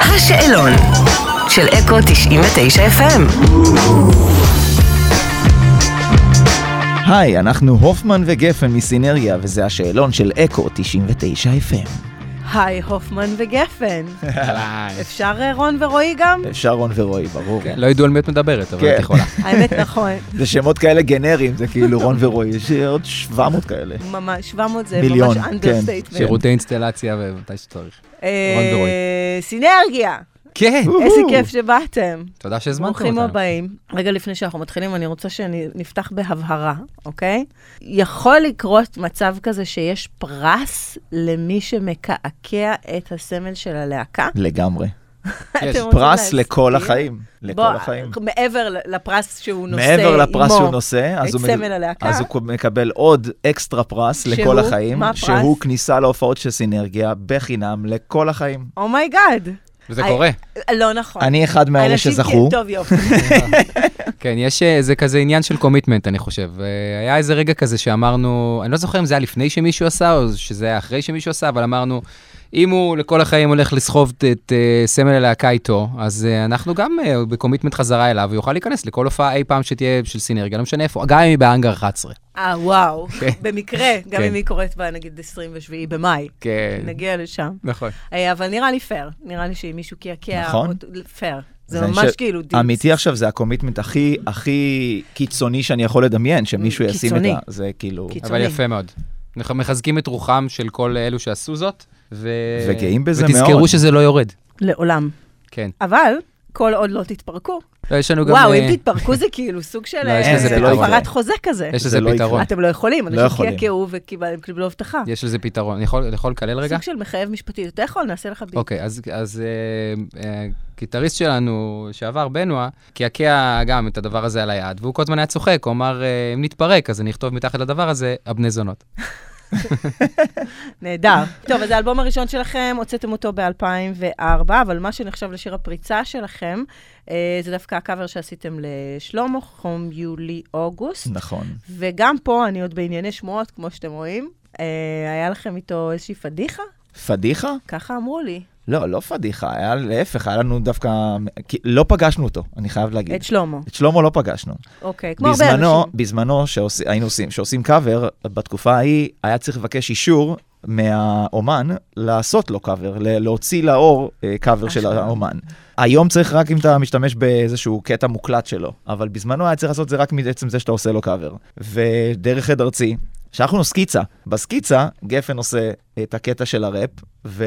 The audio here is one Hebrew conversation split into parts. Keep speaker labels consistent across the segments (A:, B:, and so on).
A: השאלון של אקו 99 FM.
B: היי, אנחנו הופמן וגפן מסינרגיה, וזה השאלון של אקו 99 FM.
C: היי, הופמן וגפן.
D: אהלן.
C: אפשר אה, רון ורועי גם?
B: אפשר רון ורועי, ברור.
C: כן.
D: לא ידעו על מי את מדברת, אבל
B: כן.
D: את יכולה.
C: האמת, נכון.
B: זה שמות כאלה גנריים, זה כאילו רון ורועי, יש עוד 700 כאלה.
C: ממש, 700 זה
B: מיליון,
C: ממש
B: כן.
C: אנדרסטייטמנט.
D: שירותי אינסטלציה ומתי שצריך. רון ורועי.
C: אה, סינרגיה,
D: כן,
C: איזה כיף שבאתם.
D: תודה שהזמנתם
C: ברוכים
D: אותנו.
C: הבאים. רגע לפני שאנחנו מתחילים, אני רוצה שנפתח בהבהרה, אוקיי? יכול לקרות מצב כזה שיש פרס למי שמקעקע את הסמל של הלהקה?
B: לגמרי.
C: אתם רוצים
B: פרס לכל
C: להסביר?
B: החיים.
C: בוא,
B: לכל החיים.
C: מעבר לפרס שהוא נושא עימו.
B: מעבר לפרס שהוא נושא, אז
C: את
B: הוא מק-
C: סמל הלהקה.
B: אז הוא מקבל עוד אקסטרה פרס לכל
C: שהוא?
B: החיים,
C: מה הפרס?
B: שהוא כניסה להופעות של סינרגיה בחינם לכל החיים.
C: Oh אומייגאד.
D: וזה
C: היי.
D: קורה.
C: לא נכון.
B: אני אחד מאלה
C: אנשים
B: שזכו.
C: כן, טוב, יופי.
D: כן, יש אה, זה כזה עניין של קומיטמנט, אני חושב. אה, היה איזה רגע כזה שאמרנו, אני לא זוכר אם זה היה לפני שמישהו עשה, או שזה היה אחרי שמישהו עשה, אבל אמרנו, אם הוא לכל החיים הולך לסחוב את- את אה, סמל הלהקה איתו, אז אה, אנחנו גם אה, בקומיטמנט חזרה אליו, ויוכל להיכנס לכל הופעה אי פעם שתהיה של סינרגיה, לא משנה איפה, גם אם היא בהאנגר 11.
C: אה, וואו.
D: כן.
C: במקרה, גם
D: כן.
C: אם היא קורית בה, נגיד, 27 במאי.
D: כן,
C: נגיע לשם.
D: נכון.
C: אה, אבל נראה לי פייר. נראה לי שאם מישהו קעקע...
B: נכון.
C: אותו- פייר. זה
B: אני
C: ממש
B: ש-
C: כאילו... דיל.
B: אמיתי עכשיו, זה הקומיטמנט הכי, הכי קיצוני שאני יכול לדמיין, שמישהו
C: מ,
B: ישים את
C: קיצוני.
B: ה... זה כאילו...
C: קיצוני.
D: אבל יפה מאוד. אנחנו מחזקים את רוחם של כל אלו שעשו זאת, ו...
B: וגאים בזה
D: ותזכרו
B: מאוד.
D: שזה לא יורד.
C: לעולם.
D: כן.
C: אבל... כל עוד לא תתפרקו.
D: לא, יש לנו גם...
C: וואו,
D: אה,
C: אם תתפרקו זה כאילו סוג של
D: לא, יש
C: אה,
B: לזה פתרון.
C: הפרת חוזה כזה.
D: יש
B: זה
D: לזה
B: לא יקרה.
D: פתרון.
C: אתם לא יכולים,
B: לא
C: אנשים
B: יכולים.
C: קעקעו וקיבלו הבטחה.
D: יש לזה פתרון. אני יכול- אני יכול לקלל רגע?
C: סוג של מחייב משפטי. אתה יכול, נעשה לך ביט.
D: אוקיי, אז- אז אה, אה, גיטריסט שלנו, שעבר, בנוע, קעקע גם את הדבר הזה על היד, והוא כל הזמן היה צוחק, הוא אמר, אה, אם נתפרק, אז אני אכתוב מתחת לדבר הזה, הבני זונות.
C: נהדר. טוב, אז האלבום הראשון שלכם, הוצאתם אותו ב-2004, אבל מה שנחשב לשיר הפריצה שלכם, אה, זה דווקא הקאבר שעשיתם לשלמה, חום יולי אוגוסט.
B: נכון.
C: וגם פה אני עוד בענייני שמועות, כמו שאתם רואים. אה, היה לכם איתו איזושהי פדיחה?
B: פדיחה?
C: ככה אמרו לי.
B: לא, לא פדיחה, היה להפך, היה לנו דווקא... כי לא פגשנו אותו, אני חייב להגיד.
C: את שלמה.
B: את שלמה לא פגשנו.
C: אוקיי, כמו הרבה
B: בזמנו,
C: אנשים.
B: בזמנו שהיינו עושים, שעושים קאבר, בתקופה ההיא היה צריך לבקש אישור מהאומן לעשות לו קאבר, ל- להוציא לאור אה, קאבר של
C: אשכרה.
B: האומן. היום צריך רק אם אתה משתמש באיזשהו קטע מוקלט שלו, אבל בזמנו היה צריך לעשות את זה רק מעצם זה שאתה עושה לו קאבר. ודרך עד ארצי, שלחנו סקיצה. בסקיצה, גפן עושה את הקטע של הראפ, ו...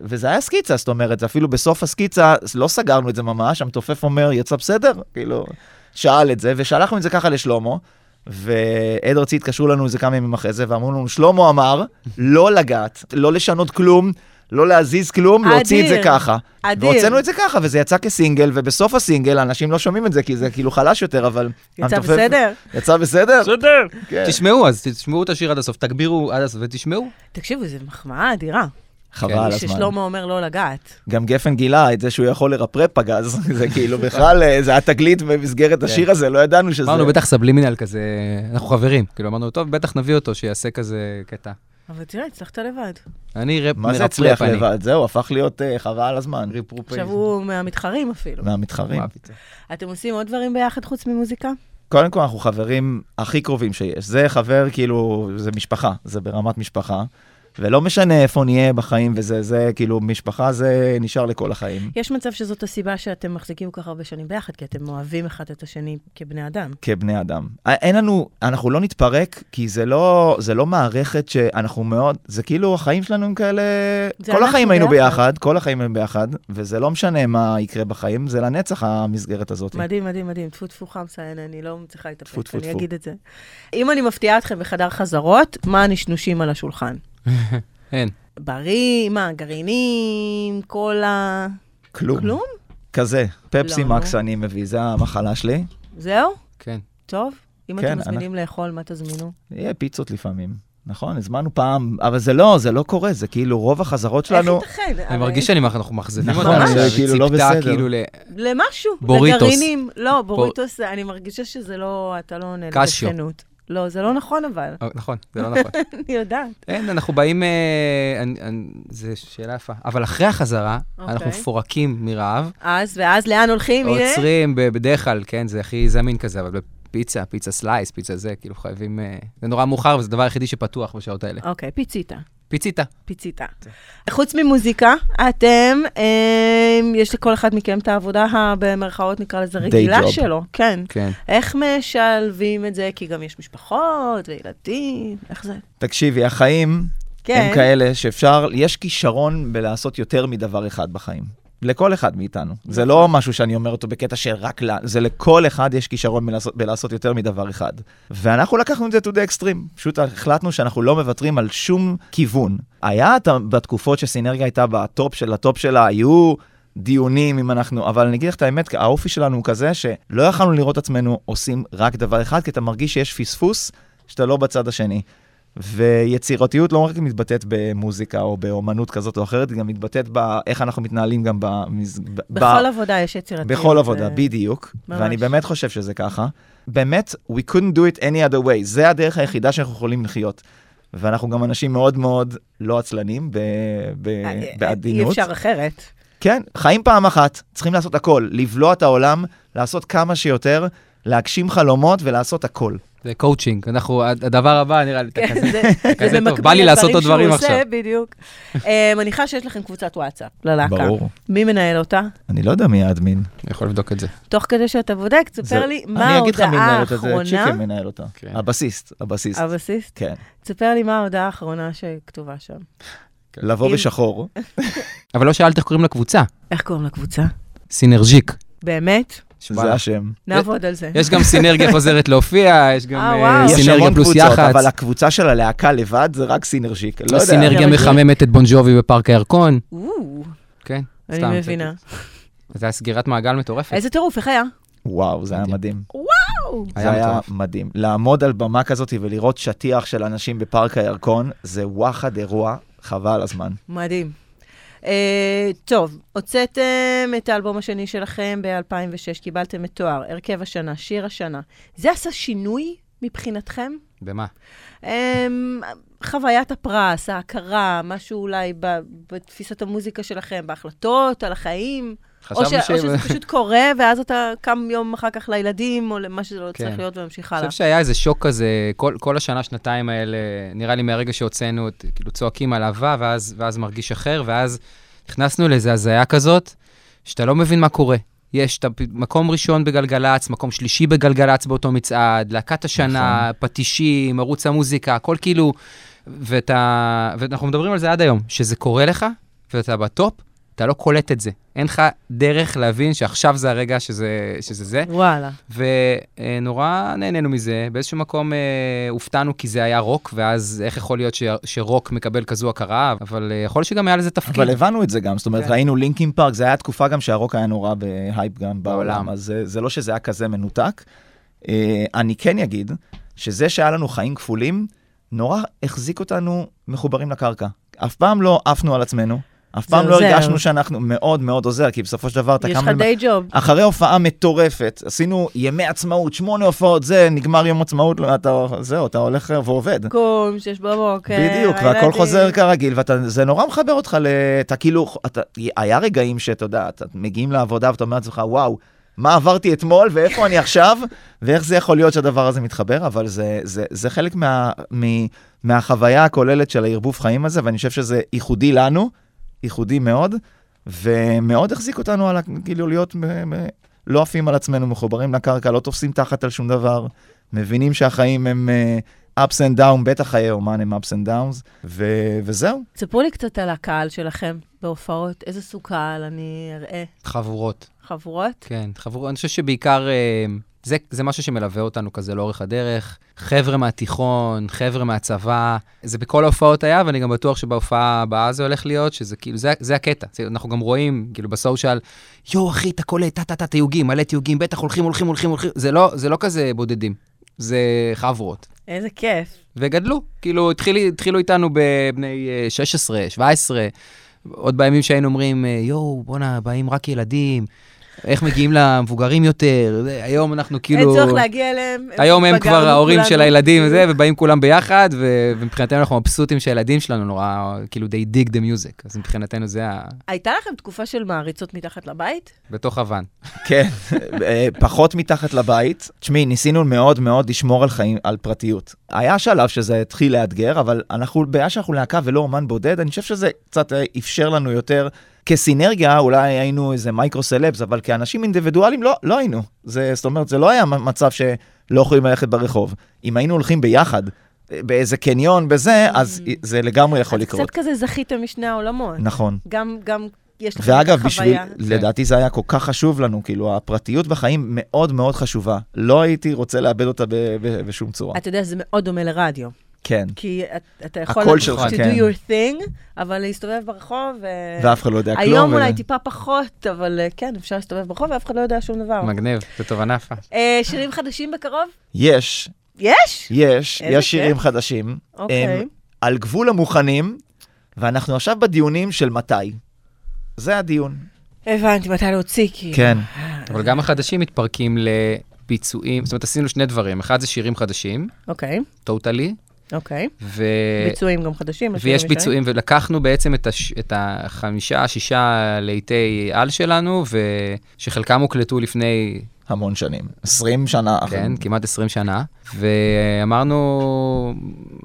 B: וזה היה סקיצה, זאת אומרת, זה אפילו בסוף הסקיצה, לא סגרנו את זה ממש, המתופף אומר, יצא בסדר? כאילו, שאל את זה, ושלחנו את זה ככה לשלמה, ועד ארצי התקשרו לנו איזה כמה ימים אחרי זה, ואמרו לנו, שלמה אמר, לא לגעת, לא לשנות כלום, לא להזיז כלום, להוציא את זה
C: אדיר.
B: ככה.
C: אדיר.
B: והוצאנו את זה ככה, וזה יצא כסינגל, ובסוף הסינגל, אנשים לא שומעים את זה, כי זה כאילו חלש יותר, אבל...
C: יצא
B: המתופף-
C: בסדר?
B: יצא בסדר?
D: בסדר.
B: כן.
D: תשמעו, אז תשמעו את השיר עד הסוף, תגבירו עד הסוף ותשמעו.
C: תקשיבו, זו מחמאה אדירה.
B: חבל
D: כן,
B: על הזמן.
C: ששלמה אומר לא לגעת.
B: גם גפן גילה את זה שהוא יכול לרפרפ פגז, זה כאילו בכלל, אה, זה התגלית במסגרת השיר הזה, לא ידענו שזה...
D: כן. אמרנו, בטח סבלימינל כזה, אנחנו חברים. כאילו, אמרנו, טוב, בטח נביא אותו, שיעשה כזה קטע.
C: אבל תראה, הצלחת לבד.
D: אני רפ
B: מה זה
D: מרפרפ
B: הצליח
D: אני.
B: לבד? זהו, הפך להיות אה, חבל על הזמן.
C: עכשיו הוא מהמתחרים אפילו.
B: מהמתחרים.
D: מה פתאום.
C: אתם עושים עוד דברים ביחד חוץ ממוזיקה?
B: קודם כל, אנחנו חברים הכי קרובים שיש. זה חבר, כאילו, זה משפחה, זה ברמת משפחה. ולא משנה איפה נהיה בחיים וזה, זה כאילו, משפחה זה נשאר לכל החיים.
C: יש מצב שזאת הסיבה שאתם מחזיקים כל כך הרבה שנים ביחד, כי אתם אוהבים אחד את השני כבני אדם.
B: כבני אדם. אה, אין לנו, אנחנו לא נתפרק, כי זה לא, זה לא מערכת שאנחנו מאוד, זה כאילו החיים שלנו הם כאלה,
C: זה
B: כל
C: אנחנו
B: החיים היינו
C: ביחד.
B: ביחד, כל החיים הם ביחד, וזה לא משנה מה יקרה בחיים, זה לנצח המסגרת הזאת.
C: מדהים, מדהים, מדהים. טפו טפו חמסה, אין, אני לא מצליחה
B: טפו,
C: להתאפק,
B: טפו,
C: אני
B: טפו.
C: אגיד את זה. אם אני מפתיעה אתכם בחדר חזרות, מה הנשנושים על השולחן?
D: אין.
C: בריא, מה, גרעינים, קולה,
B: כלום.
C: כלום?
B: כזה, פפסי
C: לא,
B: מקס
C: נו.
B: אני מביא, זה המחלה שלי.
C: זהו?
D: כן.
C: טוב? אם
B: כן,
C: אתם מזמינים לאכול, מה תזמינו?
B: יהיה פיצות לפעמים, נכון? הזמנו פעם, אבל זה לא, זה לא קורה, זה כאילו רוב החזרות
C: איך
B: שלנו...
C: ייתכן?
D: אני
C: הרי-
D: מרגיש שאני, אנחנו מאכזבים
B: נכון,
D: אותם עכשיו,
B: זה
D: היא
B: כאילו לא
D: ציפתה
B: בסדר.
D: כאילו ל-
C: למשהו.
D: בוריטוס.
C: לגרעינים. לא, בוריטוס, אני מרגישה שזה לא, אתה לא עונה
D: קשיו.
C: לבחינות. לא, זה לא נכון אבל.
D: אה, נכון, זה לא נכון.
C: אני יודעת.
D: אין, אנחנו באים... אה, אני- אני- זו שאלה יפה. אבל אחרי החזרה, אנחנו
C: אוקיי.
D: מפורקים מרעב,
C: אז, ואז לאן הולכים? הנה.
D: עוצרים ב- בדרך כלל, כן, זה הכי זמין כזה, אבל בפיצה, פיצה סלייס, פיצה זה, כאילו חייבים... אה, זה נורא מאוחר, וזה הדבר היחידי שפתוח בשעות האלה.
C: אוקיי, פיציטה.
D: פיציטה.
C: פיציטה. חוץ ממוזיקה, אתם, אמ, יש לכל אחד מכם את העבודה, ה- במרכאות נקרא לזה, רגילה
B: job.
C: שלו. כן.
D: כן.
C: איך משלבים את זה? כי גם יש משפחות וילדים, איך זה?
B: תקשיבי, החיים כן.
C: כן.
B: הם כאלה שאפשר, יש כישרון בלעשות יותר מדבר אחד בחיים. לכל אחד מאיתנו. זה לא משהו שאני אומר אותו בקטע של רק לה, זה לכל אחד יש כישרון בלעשות, בלעשות יותר מדבר אחד. ואנחנו לקחנו את זה to the extreme. פשוט החלטנו שאנחנו לא מוותרים על שום כיוון. היה, את ה- בתקופות שסינרגיה הייתה בטופ של הטופ שלה, היו דיונים אם אנחנו, אבל אני אגיד לך את האמת, האופי שלנו הוא כזה שלא יכלנו לראות עצמנו עושים רק דבר אחד, כי אתה מרגיש שיש פספוס שאתה לא בצד השני. ויצירתיות לא רק מתבטאת במוזיקה או באומנות כזאת או אחרת, היא גם מתבטאת באיך אנחנו מתנהלים גם במז... ב-
C: בכל
B: ב-
C: עבודה יש יצירתיות. אה,
B: בכל עבודה,
C: זה-
B: בדיוק.
C: ממש.
B: ואני באמת חושב שזה ככה. באמת, we couldn't do it any other way. זה הדרך היחידה שאנחנו יכולים לחיות. ואנחנו גם אנשים מאוד מאוד לא עצלנים, ב- ב- בעדינות.
C: אה, אי אפשר אחרת.
B: כן, חיים פעם אחת, צריכים לעשות הכל, לבלוע את העולם, לעשות כמה שיותר, להגשים חלומות ולעשות הכל.
D: זה קואוצ'ינג, אנחנו, הדבר הבא נראה לי, אתה
C: כן,
D: כזה,
C: זה-
D: אתה
C: זה
D: כזה טוב,
C: במקביל
D: בא לי לעשות
C: לדברים
D: עוד דברים
C: שהוא
D: עכשיו.
C: עושה, בדיוק. אה, מניחה שיש לכם קבוצת וואטסאפ ללהקה.
B: ברור.
C: מי מנהל אותה?
B: אני לא יודע מי האדמין.
D: אני יכול לבדוק את זה.
C: תוך כדי שאתה בודק,
B: זה-
C: תספר לי מה ההודעה
B: אני אגיד לך מי מנהל אותה, זה צ'יקה
C: האחרונה.
B: מנהל אותה.
D: כן.
B: הבסיסט, הבסיסט.
C: הבסיסט,
B: כן.
C: תספר לי מה ההודעה האחרונה שכתובה שם.
B: לבוא
C: אם-
B: בשחור.
D: אבל לא שאלת איך קוראים לקבוצה,
C: איך קוראים לקבוצה?
D: סינרג'יק.
C: באמת?
B: זה השם.
C: נעבוד על זה.
D: יש גם סינרגיה חוזרת להופיע, יש גם
C: אה,
D: אה,
C: וואו.
B: יש
D: סינרגיה
B: המון
D: פלוס
B: קבוצות,
D: יח"צ,
B: אבל הקבוצה של הלהקה לבד זה רק סינרשיק. לא יודע.
D: סינרגיה
C: סינרג'יק.
D: מחממת את בונג'ובי בפארק הירקון,
C: או,
D: כן,
C: אני
D: סתם,
C: מבינה.
D: זה- זה היה סגירת מעגל מטורפת.
C: איזה טירוף, איך היה?
B: וואו, זה היה
D: מדהים.
B: מדהים.
C: וואו.
B: זה היה
D: מטורף.
B: מדהים. לעמוד על במה כזאת ולראות שטיח של אנשים בפארק הירקון, זה וואחד אירוע, חבל הזמן.
C: מדהים. אה, טוב, הוצאתם את האלבום השני שלכם ב-2006, קיבלתם את תואר, הרכב השנה, שיר השנה. זה עשה שינוי מבחינתכם?
D: במה?
C: אה, חוויית הפרס, ההכרה, משהו אולי ב- בתפיסת המוזיקה שלכם, בהחלטות, על החיים? או, ש-
D: חשבנו ש...
C: או שזה פשוט קורה, ואז אתה קם יום אחר כך לילדים, או למה שזה לא
D: כן.
C: צריך להיות, וממשיך
D: אני
C: הלאה.
D: חושב שהיה איזה שוק כזה, כל, כל השנה, שנתיים האלה, נראה לי מהרגע שהוצאנו, את- כאילו צועקים על אהבה, ואז, ואז מרגיש אחר, ואז נכנסנו לאיזו הזיה כזאת, שאתה לא מבין מה קורה. יש את הפ- מקום ראשון בגלגלצ, מקום שלישי בגלגלצ באותו מצעד, להקת השנה, פטישים, ערוץ המוזיקה, הכל כאילו... ואתה, ואנחנו מדברים על זה עד היום, שזה קורה לך, ואתה בטופ, אתה לא קולט את זה. אין לך דרך להבין שעכשיו זה הרגע שזה שזה. זה.
C: וואלה.
D: ונורא נהנינו מזה. באיזשהו מקום אה, הופתענו כי זה היה רוק, ואז איך יכול להיות ש, שרוק מקבל כזו הכרה, אבל אה, יכול להיות שגם היה לזה תפקיד.
C: כן.
B: אבל הבנו את זה גם, זאת אומרת,
D: כן.
B: ראינו לינקים פארק, זה היה תקופה גם שהרוק היה נורא בהייפ גם בעולם,
D: בעולם.
B: אז זה- זה לא שזה היה כזה מנותק. אה, אני כן אגיד שזה שהיה לנו חיים כפולים, נורא החזיק אותנו מחוברים לקרקע. אף פעם לא עפנו על עצמנו, אף
C: זה
B: פעם לא
C: עוזר.
B: הרגשנו שאנחנו, מאוד מאוד עוזר, כי בסופו של דבר אתה
C: יש
B: קם...
C: לך
B: על-
C: די ג'וב.
B: אחרי הופעה מטורפת, עשינו ימי עצמאות, שמונה הופעות, זה, נגמר יום עצמאות, לא, אתה, זהו, אתה הולך ועובד.
C: קום, שש בבוקר.
B: בדיוק, והכל
C: אוקיי, הילדים.
B: חוזר כרגיל, וזה נורא מחבר אותך, ל- אתה כאילו, אתה, היה רגעים שאתה יודע, אתה מגיעים לעבודה ואתה אומר לעצמך, וואו, מה עברתי אתמול ואיפה אני עכשיו, ואיך זה יכול להיות שהדבר הזה מתחבר, אבל זה, זה, זה חלק מה, מ, מהחוויה הכוללת של הערבוב חיים הזה, ואני חושב שזה ייחודי לנו, ייחודי מאוד, ומאוד החזיק אותנו על, ה- כאילו להיות מ- מ- לא עפים על עצמנו, מחוברים לקרקע, לא תופסים תחת על שום דבר, מבינים שהחיים הם אה, ups and down, בטח חיי אומן הם ups and downs, ו- וזהו.
C: ספרו לי קצת על הקהל שלכם בהופעות, איזה סוג קהל אני אראה.
D: חבורות,
C: חבורות?
D: כן, חבורות. אני חושב שבעיקר אה, זה, זה משהו שמלווה אותנו כזה לאורך הדרך. חבר'ה מהתיכון, חבר'ה מהצבא, זה בכל ההופעות היה, ואני גם בטוח שבהופעה הבאה זה הולך להיות, שזה כאילו, זה, זה הקטע. זה, אנחנו גם רואים, כאילו, בסושיאל, יואו, אחי, אתה קולט, טה-טה-טה, תיוגים, מלא תיוגים, בטח הולכים, הולכים, הולכים, הולכים. זה לא, זה לא כזה בודדים, זה חבורות.
C: איזה כיף.
D: וגדלו. כאילו, התחיל, התחילו איתנו בבני אה, 16, 17, עוד בימים שהיינו אומרים, אה, יואו, בואנה, באים רק ילדים. איך מגיעים למבוגרים יותר, זה- היום אנחנו כאילו...
C: אין צורך להגיע אליהם.
D: היום הם כבר
C: התבגרנו
D: ההורים
C: כולנו.
D: של הילדים וזה, ובאים כולם ביחד, ו- ומבחינתנו אנחנו מבסוטים שהילדים שלנו נורא, כאילו, they dig the music. אז מבחינתנו זה ה...
C: הייתה לכם תקופה של מעריצות מתחת לבית?
D: בתוך הוואן.
B: כן, אה, פחות מתחת לבית. תשמעי, ניסינו מאוד מאוד לשמור על חיים, על פרטיות. היה שלב שזה התחיל לאתגר, אבל אנחנו, בגלל שאנחנו להקה ולא אומן בודד, אני חושב שזה קצת אה, אפשר לנו יותר. כסינרגיה, אולי היינו איזה מייקרו סלבס, אבל כאנשים אינדיבידואלים לא, לא היינו. זה, זאת אומרת, זה לא היה מ- מצב שלא יכולים ללכת ברחוב. אם היינו הולכים ביחד, אה, באיזה קניון, בזה, אז
C: Mm.
B: זה לגמרי יכול לקרות.
C: קצת כזה זכיתם משני העולמות.
B: נכון.
C: גם, גם יש לכם
B: ואגב, בשביל,
C: חוויה. כן.
B: לדעתי זה היה כל כך חשוב לנו, כאילו, הפרטיות בחיים מאוד מאוד חשובה. לא הייתי רוצה לאבד אותה ב- ב- בשום צורה.
C: אתה יודע, זה מאוד דומה לרדיו.
B: כן,
C: כי את- אתה יכול...
B: הקול שלך,
C: to
B: כן.
C: do your thing, אבל להסתובב ברחוב... ו-
B: ואף אחד לא יודע כלום.
C: אה, היום אולי
B: ו-
C: טיפה פחות, אבל אה, כן, אפשר להסתובב ברחוב ואף אחד לא יודע שום דבר.
D: מגניב, זו תובנה יפה.
C: אה, שירים חדשים בקרוב?
B: יש,
C: יש!
B: יש,
C: איזה
B: יש שירים
C: כיף.
B: חדשים.
C: אוקיי.
B: הם על גבול המוכנים, ואנחנו עכשיו בדיונים של מתי. זה הדיון.
C: הבנתי מתי להוציא, כי...
B: כן.
D: אבל גם החדשים מתפרקים לביצועים, זאת אומרת, עשינו שני דברים. אחד זה שירים חדשים,
C: אוקיי,
D: טוטלי,
C: אוקיי.
D: ו...
B: אה,
C: ביצועים גם חדשים. השירים
D: ויש
C: הראשונים.
D: ביצועים, ולקחנו בעצם את, הש... את החמישה, שישה להיטי על שלנו, ו- שחלקם הוקלטו לפני,
B: המון שנים. 20 שנה אחרי.
D: כן, כמעט 20 שנה, ואמרנו,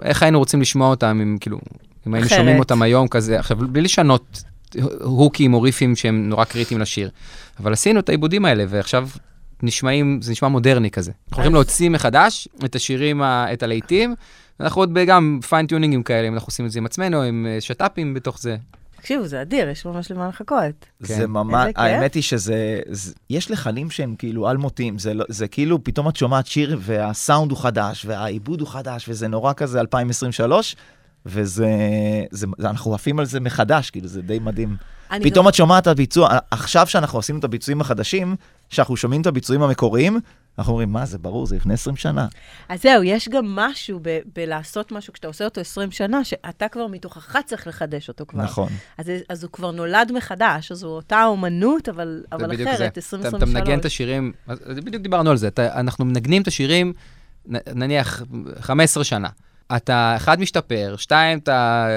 D: איך היינו רוצים לשמוע אותם, אם כאילו, אם היינו
C: אחרת.
D: שומעים אותם היום כזה, עכשיו, בלי לשנות הוקים או ריפים שהם נורא קריטיים לשיר, אבל עשינו את העיבודים האלה, ועכשיו נשמעים, זה נשמע מודרני כזה. אנחנו הולכים
C: אז-
D: להוציא מחדש את השירים, ה- את הלהיטים. אנחנו עוד בגם פיינטיונינגים כאלה, אם אנחנו עושים את זה עם עצמנו, עם אה, שת"פים בתוך זה.
C: תקשיבו, זה אדיר, יש ממש למה לחכות.
B: זה
D: כן.
B: ממש,
C: איזה כיף.
B: האמת היא שזה, זה- יש לחנים שהם כאילו אלמותיים, זה לא- זה כאילו פתאום את שומעת שיר והסאונד הוא חדש, והעיבוד הוא חדש, וזה נורא כזה 2023, וזה, זה- זה- אנחנו עפים על זה מחדש, כאילו זה די מדהים.
C: אני
B: פתאום
C: גם-
B: את שומעת את הביצוע, עכשיו שאנחנו עשינו את הביצועים החדשים, שאנחנו שומעים את הביצועים המקוריים, אנחנו אומרים, מה, זה ברור, זה לפני 20 שנה.
C: אז זהו, יש גם משהו ב- בלעשות משהו כשאתה עושה אותו 20 שנה, שאתה כבר מתוכך צריך לחדש אותו כבר.
B: נכון.
C: אז, אז הוא כבר נולד מחדש, אז הוא אותה אומנות, אבל,
D: זה
C: אבל
D: בדיוק
C: אחרת,
D: זה.
C: 2023.
D: אתה, אתה מנגן את השירים, אז- אז בדיוק דיברנו על זה, אתה, אנחנו מנגנים את השירים, נ, נניח 15 שנה. אתה, אחד, משתפר, שתיים, אתה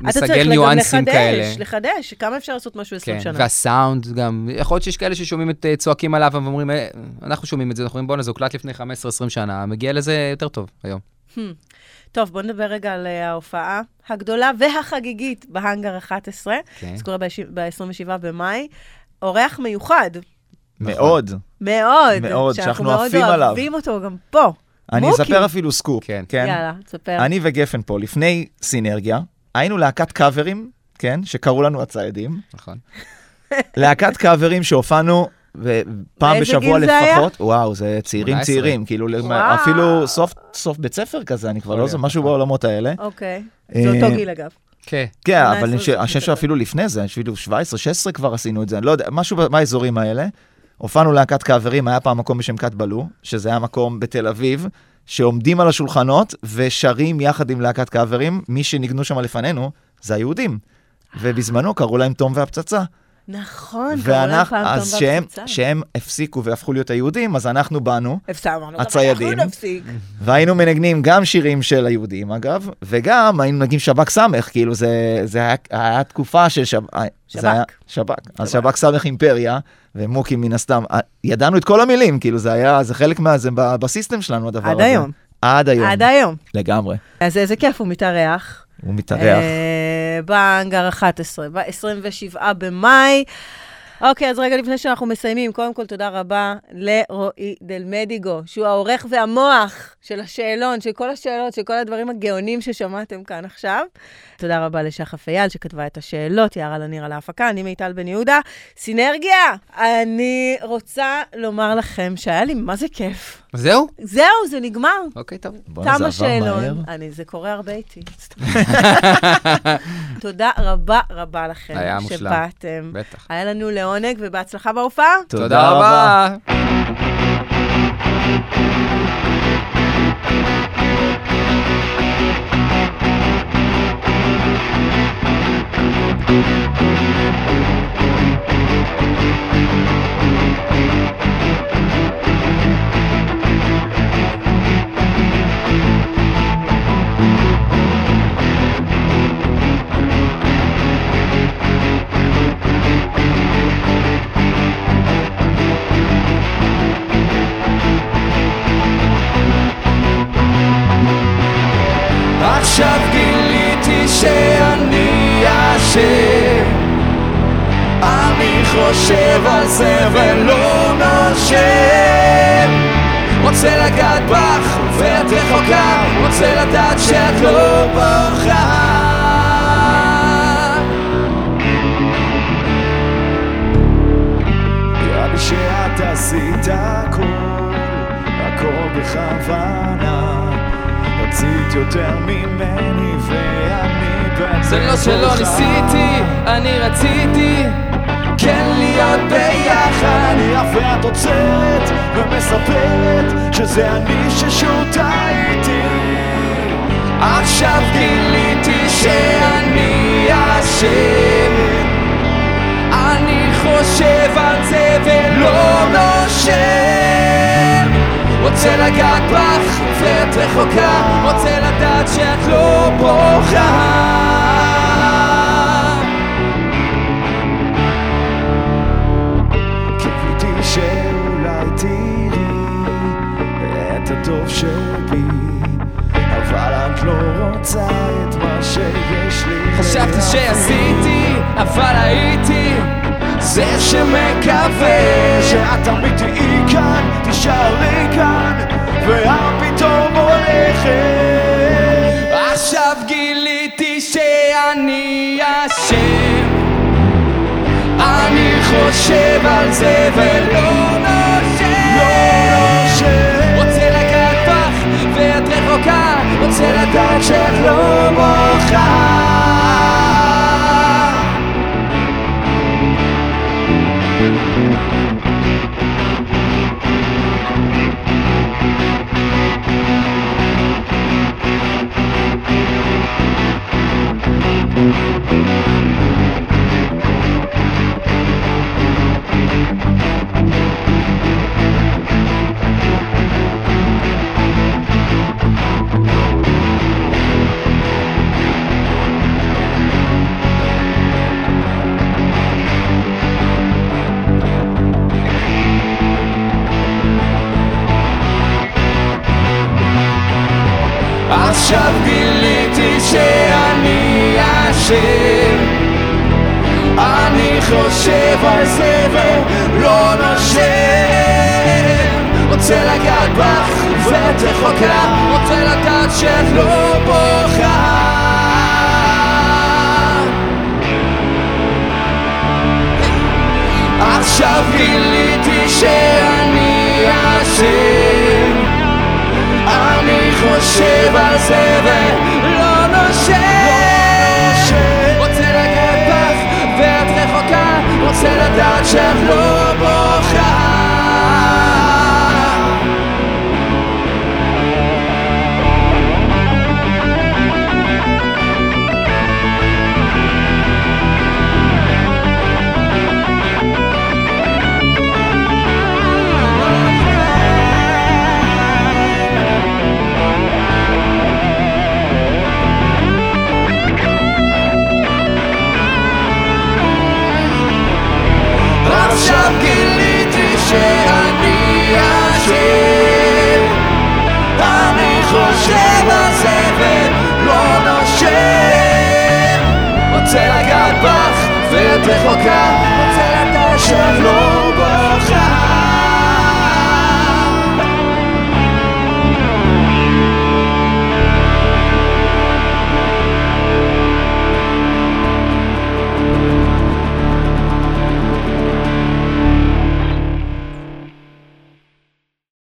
C: אתה צריך
D: מסגל
C: גם
D: ניואנסים כאלה.
C: לחדש, לחדש, כמה אפשר לעשות משהו 20
D: כן,
C: שנה.
D: והסאונד גם, יכול להיות שיש כאלה ששומעים את, אה, צועקים עליו ואומרים, "אה, אנחנו שומעים את זה, אנחנו אומרים, בואנה, זה הוקלט לפני 15-20 שנה, מגיע לזה יותר טוב היום.
C: טוב, בואו נדבר רגע על אה, ההופעה הגדולה והחגיגית בהאנגר 11.
D: כן.
C: זה קורה ב-27 במאי. אורח מיוחד, נכון.
B: מאוד.
C: מאוד.
B: מאוד, שאנחנו עפים
C: מאוד
B: עליו.
C: אוהבים אותו גם פה.
B: אני
C: מוקי.
B: אספר אפילו סקופ.
D: כן.
C: יאללה, תספר.
B: אני וגפן פה, לפני סינרגיה, היינו להקת קאברים, כן, שקראו לנו הציידים.
D: נכון.
B: להקת קאברים שהופענו ו- פעם
C: באיזה
B: בשבוע
C: גיל זה היה?
B: לפחות. וואו, זה צעירים
D: 18.
B: צעירים, כאילו למ-
C: וואו.
B: אפילו סוף סוף בית ספר כזה, אני כבר
D: יכול
B: לא זוכר,
D: להיות,
B: משהו
D: נכון.
B: בעולמות האלה.
C: אוקיי.
B: אה,
C: זה אותו גיל, אגב.
D: כן.
B: כן,
C: 18
B: אבל אני חושב-
C: זה
B: אני חושב
C: בית ספר.
B: שאפילו לפני זה, אפילו 17, 16 כבר עשינו את זה, אני לא יודע, משהו ב- מהאזורים האלה. הופענו להקת קאברים, היה פעם מקום בשם קטבלו, שזה היה מקום בתל אביב, שעומדים על השולחנות ושרים יחד עם להקת קאברים, מי שניגנו שם לפנינו זה היהודים. ובזמנו קראו להם תום והפצצה.
C: נכון, קראו להם
B: ואנחנו,
C: פעם תום
B: אז שהם,
C: והפצצה.
B: שהם הפסיקו והפכו להיות היהודים, אז אנחנו באנו,
C: אפשר, אמרנו, "אבל
B: הציידים.
C: אנחנו לא נפסיק.
B: והיינו מנגנים גם שירים של היהודים אגב, וגם היינו מנגנים שב"כ סמך, כאילו זה, זה היה, היה תקופה של שב"כ.
C: שב"כ.
B: שב"כ. אז שב"כ סמך אימפריה, ומוקי מן הסתם, אה, ידענו את כל המילים, כאילו זה היה, זה חלק מה... זה ב- בסיסטם שלנו הדבר
C: עד
B: הזה.
C: היום.
B: עד היום.
C: עד היום.
B: לגמרי.
C: אז איזה כיף, הוא מתארח.
B: הוא מתארח.
C: אה, בהאנגר 11, ב-27 במאי. אוקיי, אז רגע לפני שאנחנו מסיימים, קודם כל תודה רבה לרועי דל מדיגו, שהוא העורך והמוח של השאלון, של כל השאלות, של כל הדברים הגאונים ששמעתם כאן עכשיו. תודה רבה לשחף אייל שכתבה את השאלות, יערה לניר על ההפקה, אני מיטל בן יהודה. סינרגיה, אני רוצה לומר לכם שהיה לי מה זה כיף.
D: זהו?
C: זהו, זה נגמר.
D: אוקיי, טוב.
B: בואנה,
C: תם
B: זה עבר מהר.
C: השאלון. אני, זה קורה הרבה איתי. תודה רבה רבה לכם.
D: היה מושלם.
C: שבאתם.
D: בטח.
C: היה לנו לעונג ובהצלחה בהופעה.
D: תודה רבה.
E: חושב על זה ולא נושם רוצה לגעת בך ואת רחוקה רוצה לדעת שאת לא בורחה נראה לי שאת עשית הכל, הכל בכוונה. רצית יותר ממני ואני בטח
F: זה לא שלא
E: שלך.
F: ניסיתי, אני רציתי
E: כן להיות ביחד. אני אף ואת עוצרת ומספרת שזה אני ששותה איתי. עכשיו גיליתי שאני אשם. אני חושב על זה ולא נושם רוצה לגעת בך ואת רחוקה רוצה לדעת שאת לא בורחה קיוויתי שאולי תראי את הטוב שבי אבל את לא רוצה את מה שיש לי
F: חשבתי
E: להפסיד.
F: שעשיתי, אבל הייתי
E: זה שמקווה שאת תמיד תהיי כאן, תישארי כאן, והפתאום הולכת.
F: עכשיו גיליתי שאני אשם
E: אני חושב על זה ולא נושם. רוצה לגעת בך ואת רחוקה, רוצה לדעת שאת לא בוכה. עכשיו גיליתי שאני אשם אני חושב על זה ולא נושם רוצה לגעת בך ואת רחוקה רוצה לדעת שאת לא בוכה עכשיו גיליתי שאני אשם אני חושב על זה ולא נושם רוצה לגעת בך ואת רחוקה רוצה לדעת שאת לא בוכה עכשיו גיליתי שאני אשם אני חושב על זה ולא נושם רוצה לגעת בך ואת רחוקה רוצה לדעת שאת לא